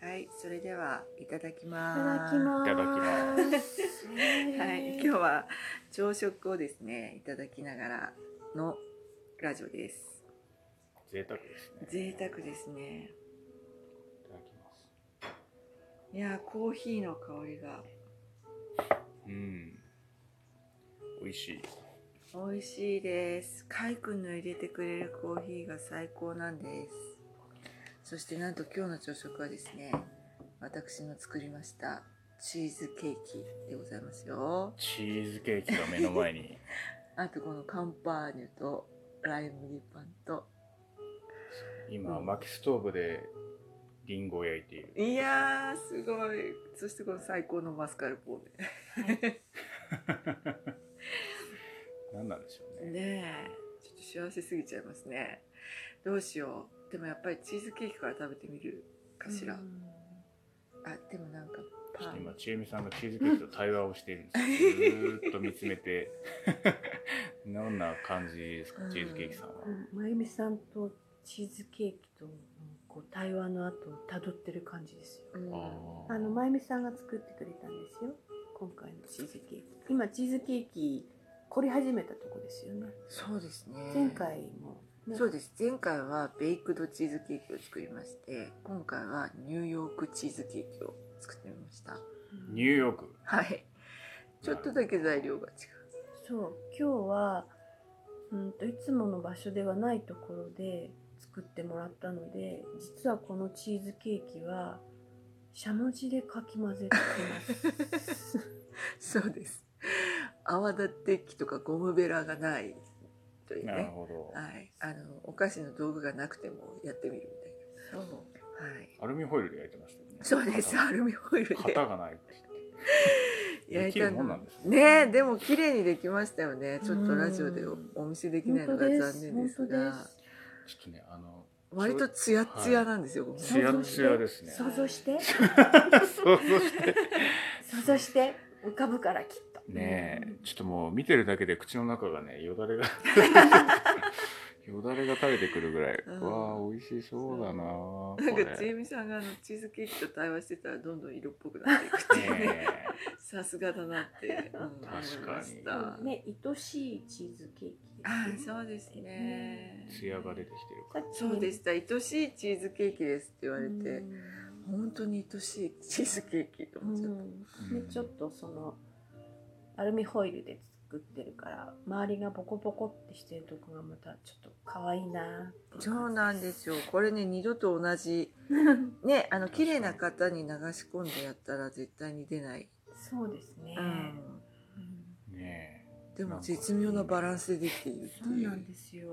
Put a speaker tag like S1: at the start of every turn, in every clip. S1: はい、それではいただき
S2: い
S1: ます。
S2: ただきます。。
S3: いただきます
S1: はい、今日は朝食をですね、いただきながらのラジオです。
S3: 贅沢ですね。
S1: 贅沢ですね。
S3: いただきます。
S1: いやー、コーヒーの香りが
S3: うん。美味しい。
S1: 美味しいです。かいくんの入れてくれるコーヒーが最高なんです。そしてなんと今日の朝食はですね、私の作りましたチーズケーキでございますよ。
S3: チーズケーキが目の前に。
S1: あとこのカンパーニュとライ麦パンと。
S3: 今、
S1: うん
S3: 薪ストーブでリンゴを焼いてい る。
S1: いやー、すごい。そしてこの最高のマスカルポーネ。
S3: 何なんでしょうね。
S1: ねえちょっと幸せすぎちゃいますねどうしようでもやっぱりチーズケーキから食べてみるかしら、あでもなんか
S3: ちょ
S1: パ
S3: っと
S1: ン
S3: 今、ちえみさんがチーズケーキと対話をしているん ですよ。ずーっと見つめて。 どんな感じですか、チーズケーキさんは。
S2: うんまゆみさんとチーズケーキとこう対話の後をたどってる感じですよ。
S1: うん
S3: あー
S2: あのまゆみさんが作ってくれたんですよ。今回のチーズケーキ。今チーズケーキ凝り始めたとこですよね。
S1: そうですね
S2: 前回も、ね、
S1: そうです前回はベイクドチーズケーキを作りまして今回はニューヨークチーズケーキを作ってみました
S2: うん
S3: ニューヨーク。
S1: はいちょっとだけ材料が違
S2: そう今日はうんといつもの場所ではないところで作ってもらったので実はこのチーズケーキはしゃもじでかき混ぜてます。
S1: うそうです泡立て器とかゴムベラがないという
S3: なる
S1: ね
S3: ほど。
S1: はいあのお菓子の道具がなくてもやってみるみたいな
S2: そう
S1: はい。
S3: アルミホイルで焼いてましたよね。
S1: そうです。アルミホイルで
S3: 型 がない。できるもんなんですね
S1: ねえ、でも綺麗にできましたよね。ちょっとラジオでおお見せで きないのが残念です
S2: 本当
S1: が
S2: で、す
S3: ちょっとね、あの、
S1: 割とツヤツヤなんですよ。
S2: い
S3: ツヤツヤですね。
S2: 想像して
S3: 想像して。
S2: 想像して浮かぶからきっと。
S3: ね
S2: う
S3: え
S2: ん、
S3: ちょっともう見てるだけで口の中がね、よだ れが、よだれが垂れてくるぐらい、
S1: うん
S3: わあ、美味しそうだなあこ
S1: なん
S3: れ
S1: かちえみさんがあのチーズケーキと対話してたらどんどん色っぽくなっていくっていうね
S3: ね
S1: さすがだなって、うん、思いま
S3: 確かに
S1: し
S2: で
S1: た
S2: も。ね愛しいチーズケーキ。
S1: ああそうですね
S3: え、。ツヤが出てきてるか
S2: さっ
S3: ら。
S2: きね
S1: そうでした。愛しいチーズケーキですって言われて、
S2: うん
S1: 本当に愛しいチーズケーキと思っちゃっ
S2: うん、でちょっとそのアルミホイルで作ってるから周りがボコボコってしてるとこがまたちょっと可愛いなってい
S1: た。
S2: う
S1: そう
S2: 感
S1: なんですよ。これね二度と同じね、あの綺麗な方に流し込んでやったら絶対に出ない、
S2: じ そうですね、
S1: うん
S2: うん
S3: ねえ。
S1: でも絶妙なバランスでできているって
S2: そう
S1: い
S2: なん
S1: う
S2: ですよ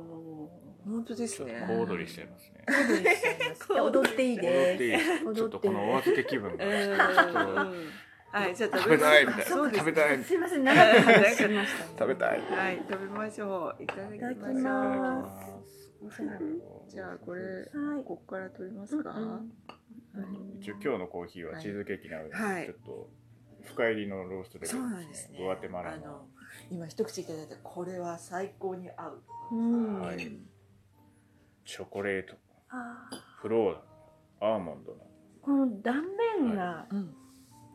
S1: 本当で
S3: ち
S1: す
S3: ょっと
S1: ね
S3: 小躍りしちゃいますね。
S2: 踊りしちゃいますで 踊っていい
S3: 踊ってい
S2: で
S3: い
S2: す踊
S3: ちょっとこのお預け気分
S1: う
S3: が、
S1: ん
S3: ちょっと
S1: はいじゃあ
S3: 食べたいみ
S1: ま
S3: たい
S1: しょう
S3: な。食べたいみたい、
S2: すいません長く話しました、ね
S3: 食べたい
S1: そうですねはい食べましょういただき
S2: いただ
S1: ま
S2: き
S1: しょ
S3: な。
S1: う
S2: ます
S3: いただきます
S1: じゃあこれ
S2: は
S1: こ
S2: い
S1: こから取りますか、
S2: うん
S1: うん
S3: 一応今日のコーヒーはチーズケーキなので、
S1: はい
S3: ちょっと深入りのローストで
S1: そうなんですね
S3: グアテマラ
S1: あ
S3: の
S1: の今一口いただいたこれは最高に合う
S2: うん、
S3: はいチョコレート
S2: あー
S3: フローラアーモンドの
S2: この断面が
S1: うん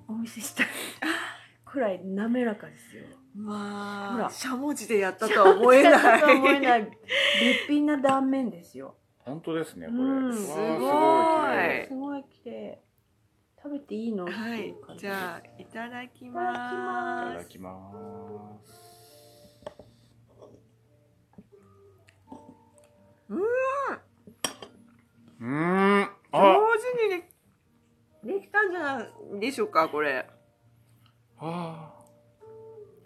S2: お見せしたい くらい滑らかですよほ
S1: まあ
S2: ら
S1: しゃもじでやったとは思えない
S2: ちょっと思えない絶品な断面ですよ。
S3: 本当ですねこれ、
S2: うん
S3: わー
S2: すごい
S3: す
S2: すごい綺麗。食べていいの？
S1: は
S2: って
S1: いう
S2: 感、
S1: じゃあいただきま
S3: ごいいただ
S1: す。
S3: きますうーん
S1: 上
S3: あ
S1: 手にねできたんじゃないでしょうかこれ。
S3: あ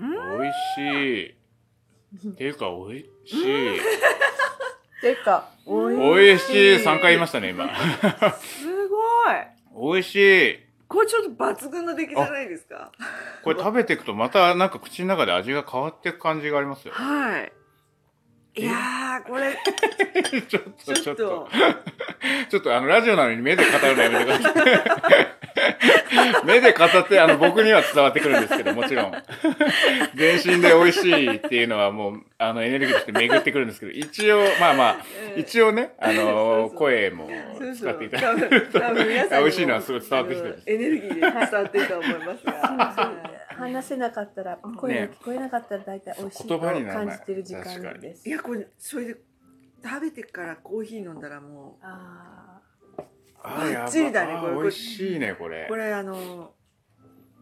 S1: うん
S3: ー美味しい
S2: じ。
S3: ていうか美味しい
S2: てか、お
S3: 美味しい3回言いましたね今
S1: すごい。
S3: 美味しい
S1: これちょっと抜群の出来じゃないですか。
S3: これ食べていくとまたなんか口の中で味が変わっていく感じがありますよ。
S1: はい。いやーこれ
S3: ちょっと、
S1: ち
S3: ち
S1: ょ
S3: ょ
S1: っ
S3: っ
S1: と
S3: と、ちょっとあのラジオなのに目で語るのやめてください。 目で語って、あの、僕には伝わってくるんですけど、もちろん。 全身で美味しいっていうのはもう、あの、エネルギーとして巡ってくるんですけど、一応、まあまあ、一応ね、
S1: そ
S3: あ
S1: う
S3: の
S1: そう
S3: 声も
S1: そう
S3: 使
S1: そう
S3: っていただい
S1: 多
S3: て
S1: 分多分皆さんにも
S3: 美味しいのはすごい伝わってきてる
S1: あのエネルギーで伝わってると思いますが
S2: 話せなかったら
S1: うん
S2: 声が聞こえなかったら大体美味しい
S3: そ
S2: と
S3: う言葉になら
S2: 感
S3: ない
S2: じてる時間です
S1: いやこれそれで食べてからコーヒー飲んだらも
S2: あ
S3: あーやば
S1: バッチリだね
S3: あー
S1: これ
S3: 美味しいね、これ
S1: うこ。れあの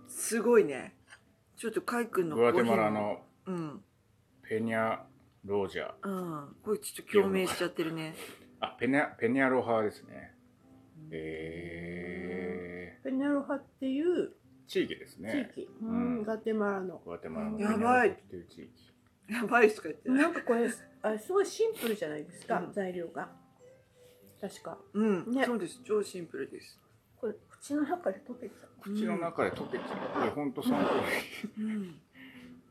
S1: すごいねちょっとカイ君の
S3: グ
S1: コー
S3: ア
S1: ヒー
S3: テマラの
S1: うん
S3: ペニャロージャー。
S1: うんこれちょっと共鳴しちゃってるね
S3: あ、ペニャ、ペニャロハですね。え
S2: ーペニャロハっていう
S3: ー、地域ですね。
S2: 地域、
S3: うん
S2: ガテマラの
S3: グアテマラの
S2: やばい
S3: ペニャロハっていう地域。
S1: やばいしか言ってない
S2: なんかこれあれすごいシンプルじゃないですか、
S1: うん
S2: 材料が確か
S1: うん、
S2: ね
S1: そうです超シンプルです、
S2: これ口の中で溶けちゃう
S3: 口の中で溶けちゃう。これほんとその通り。
S1: うん、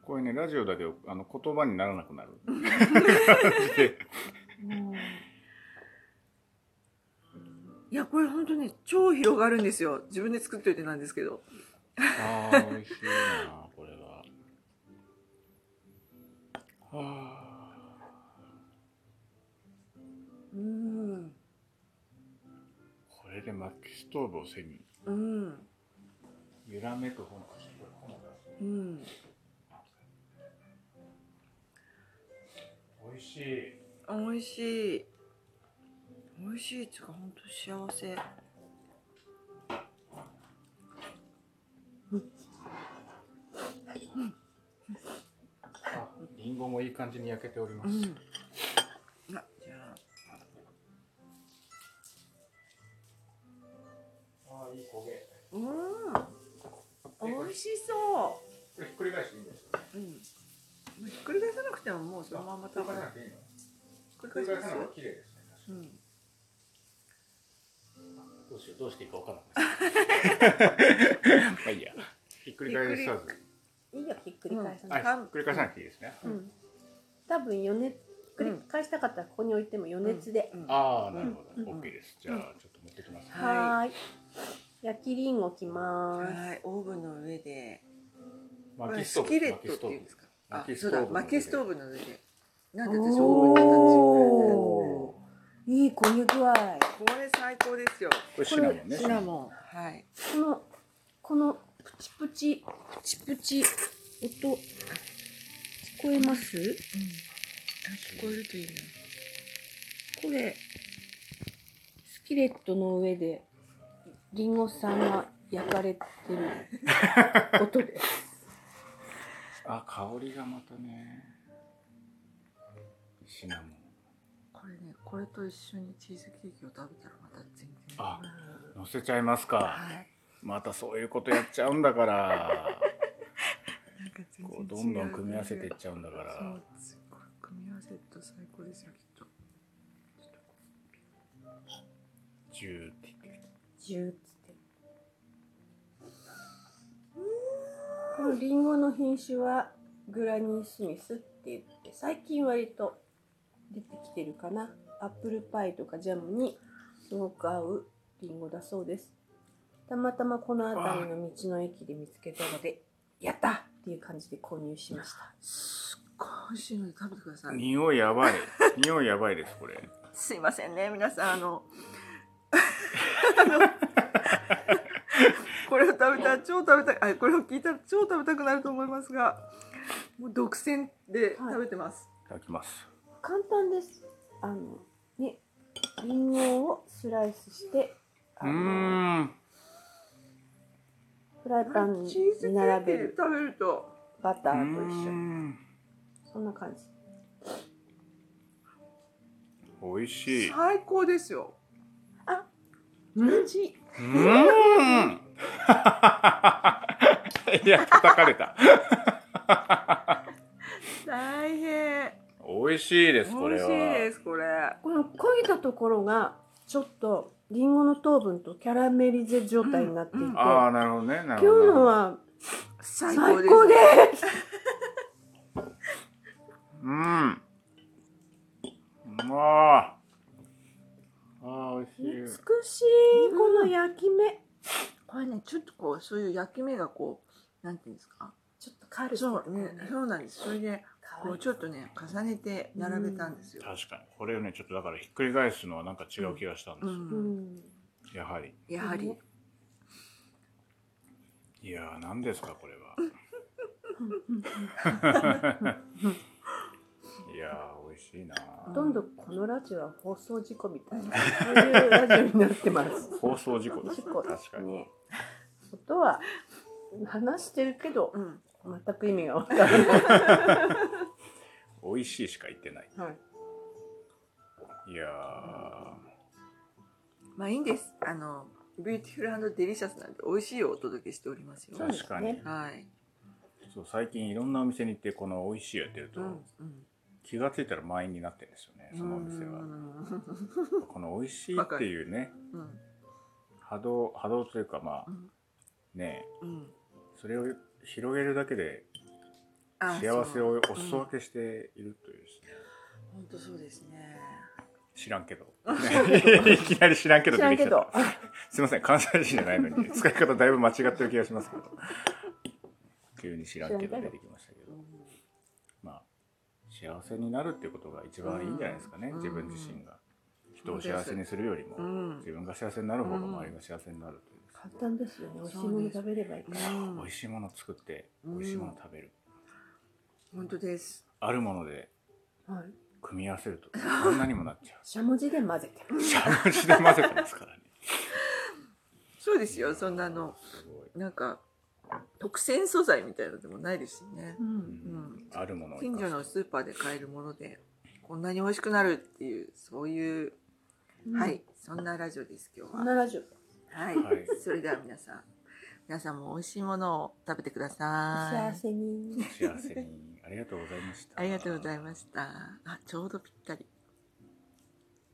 S3: これね、ラジオだけど、あの、言葉にならなくなる。感じで
S1: いやこれ本当ね超広がるんですよ自分で作っといてなんですけど
S3: ああ、美味しいな、これは。あ
S1: うん
S3: ーこれで薪ストーブを背に、
S1: うん
S3: 揺らめく本がして
S1: うん
S3: 美味しい。
S1: 美味しい美味しいっていうか本当幸せ
S3: あ、リンゴもいい感じに焼けておりま
S1: う
S3: す。
S1: んあじゃあ
S3: ああ、いい焦げ。
S1: うん美味しそ
S3: これひっくり返していいんですか
S1: う、うん、ひっくり返さなくてももうそのまま食べない
S3: くていいのひ
S1: ひっくり返します
S3: 綺麗ですね。
S1: うん
S3: どうしよう、どうしていいかわからない。まあいいや。ひっくり返さず。
S2: いいよひっくり返さ
S3: は、
S2: ないい、
S3: ひっくり返さなくていいですね。
S2: うん多分余熱ひっくり返したかったらここに置いても余熱で、
S1: うん
S3: ああ、なるほ
S2: うん
S3: ど。オッケーです。じゃあ、ちょっと持ってきますね。
S1: うん
S2: はーい焼きりんごきまーす、
S1: はいオーブンの上でこれ
S3: 薪スト
S1: ス
S3: ーブ。
S1: キレッ
S3: 薪
S1: トって
S3: ス
S1: い
S3: トー
S1: うん
S3: ブ
S1: ですかあ
S3: 薪スト
S1: そ
S3: ー
S1: う
S3: ブ
S1: だ
S3: の上で
S1: 薪ストーブの上でなんで私オーブンになったんでしょう
S2: おーいい焦げ具合
S1: これ最高ですよ
S3: これシナモンね。
S1: シナモンはい
S2: このこのプチプチプチプチ音聞こえます
S1: あ聞こえるといいな
S2: これスキレットの上でリンゴさんが焼かれてる 音です
S3: あ、香りがまたね。シナモン。
S1: これねこれと一緒にチーズケーキを食べたらまた全然
S3: あ乗せちゃいますか。
S1: はい
S3: またそういうことやっちゃうんだ から。
S1: なんか全
S3: こ
S1: 然
S3: うどんどん組み合わせていっちゃうんだか
S1: そ
S3: ら
S1: う。すごい組み合わせると最高ですよきっと
S3: ジューって言って。
S2: ジューッつってこのリンゴの品種はグラニー・スミスって言って最近割と出てきてるかなアップルパイとかジャムにすごく合うリンゴだそうですたまたまこの辺りの道の駅で見つけたのでやったっていう感じで購入しました
S1: すっごい美味しいので食べてください
S3: 匂いやばい。匂いやばいです、これ。
S1: すいませんね皆さんあのこれを食べたら超食べたいあこれを聞いたら超食べたくなると思いますがもう独占で食べてます、
S3: いただきます。
S2: 簡単ですあのねりんごをスライスしてあ
S3: うー
S2: の
S3: ん。
S2: フライパンに
S1: チーズケー
S2: 並
S1: キ
S2: べ
S1: で
S2: る
S1: 食べると
S2: バタ
S3: うー
S2: ーと一緒に
S3: ん
S2: そんな感じ
S3: 美味しい。う
S1: 最高ですよ
S2: あ
S1: うん
S2: ち
S3: ーん。いや、叩かれた。
S1: 大変
S3: 美味しいです、こ
S1: 美
S3: れ
S1: 味
S3: は。
S1: しいですこれ
S2: この焦げたところがちょっとりんごの糖分とキャラメリゼ状態になっていて、
S1: うんうん
S3: ああ、なるほどね。なる
S2: 今
S3: ほど。
S2: 日のは
S1: 最
S2: 最
S1: 高です
S2: 高です
S3: うん。うまあ。ああ、美味しい。
S2: 美しいこの焼き目これね
S1: ねちょっとこうそういう焼き目がこうなんていうんですか
S2: ちょっとカル
S1: そう,、ね、そうなんですそれでこうちょっとね重ねて並べたんですよ、
S3: 確かにこれをねちょっとだからひっくり返すのはなんか違う気がしたんですよ、
S1: うん
S2: うん、
S3: やはり
S1: やはり
S2: ね
S3: いやー何ですかこれはいやー美味しいな
S2: ほ
S3: ー
S2: とんどこのラジオは放送事故みたいなそういうラジオになってます
S3: 放送事故です
S2: 事故です
S3: 確かに
S2: ね音は話してるけど
S1: うん
S2: 全く意味がわからない、
S3: 美味しいしか言ってない
S2: はい、
S3: いや
S1: まあいいんですあのビューティフルデリシャスなんで美味しいをお届けしておりますよ
S3: ー
S2: そうです
S3: 確かに
S2: ね
S1: はい、
S3: そう最近いろんなお店に行ってこの美味しいをやってると、
S1: うんうん、
S3: 気がついたら満員になってるんですよねそのお店は
S1: うん
S3: この美味しいっていうね
S1: うん
S3: 波動波動というかまあ
S1: うん
S3: ね
S1: うん
S3: それを広げるだけで
S1: あ
S3: 幸せをお
S1: そ
S3: 裾
S1: う
S3: 分けしているというですね、
S1: うん本当そうですね
S3: 知らんけど いきなり知らんけど
S2: 知ら
S3: 出
S2: んけ
S3: てきちゃ
S2: ど
S3: ったすいません関西人じゃないの に使い方だいぶ間違ってる気がしますけど急に知らんけど出てきましたけどまあ幸せになるっていうことが一番いいんじゃないですかね、
S1: うん
S3: 自分自身が人
S1: う
S3: を
S1: ん
S3: 幸せにするよりも、
S1: うん
S3: 自分が幸せになる方が周りが幸せになるという、
S2: 簡単ですよね美味しいもの食べればいいから
S1: うん
S3: 美味しいもの作って美味しいもの食べる、
S1: 本当です
S3: あるもので
S2: はい、
S3: 組み合わせるとこんなにもなっちゃ
S2: しゃもじで混ぜて
S3: うしゃもじで混ぜてます からね
S1: そうですよそんなあの
S3: すごい、
S1: なんか特選素材みたいなのでもないですしね
S2: う
S3: うんんあるものを
S1: 近所のスーパーで買えるものでこんなに美味しくなるっていうそういう、はいそんなラジオです今日
S2: こん
S1: は
S2: なラジオ
S1: はい、
S3: はい
S1: それでは皆さん皆さんも美味しいものを食べてくださ
S2: 幸
S1: い
S2: せに
S3: 幸せにありがとうございました
S1: ありがとうございましたあちょうどぴったり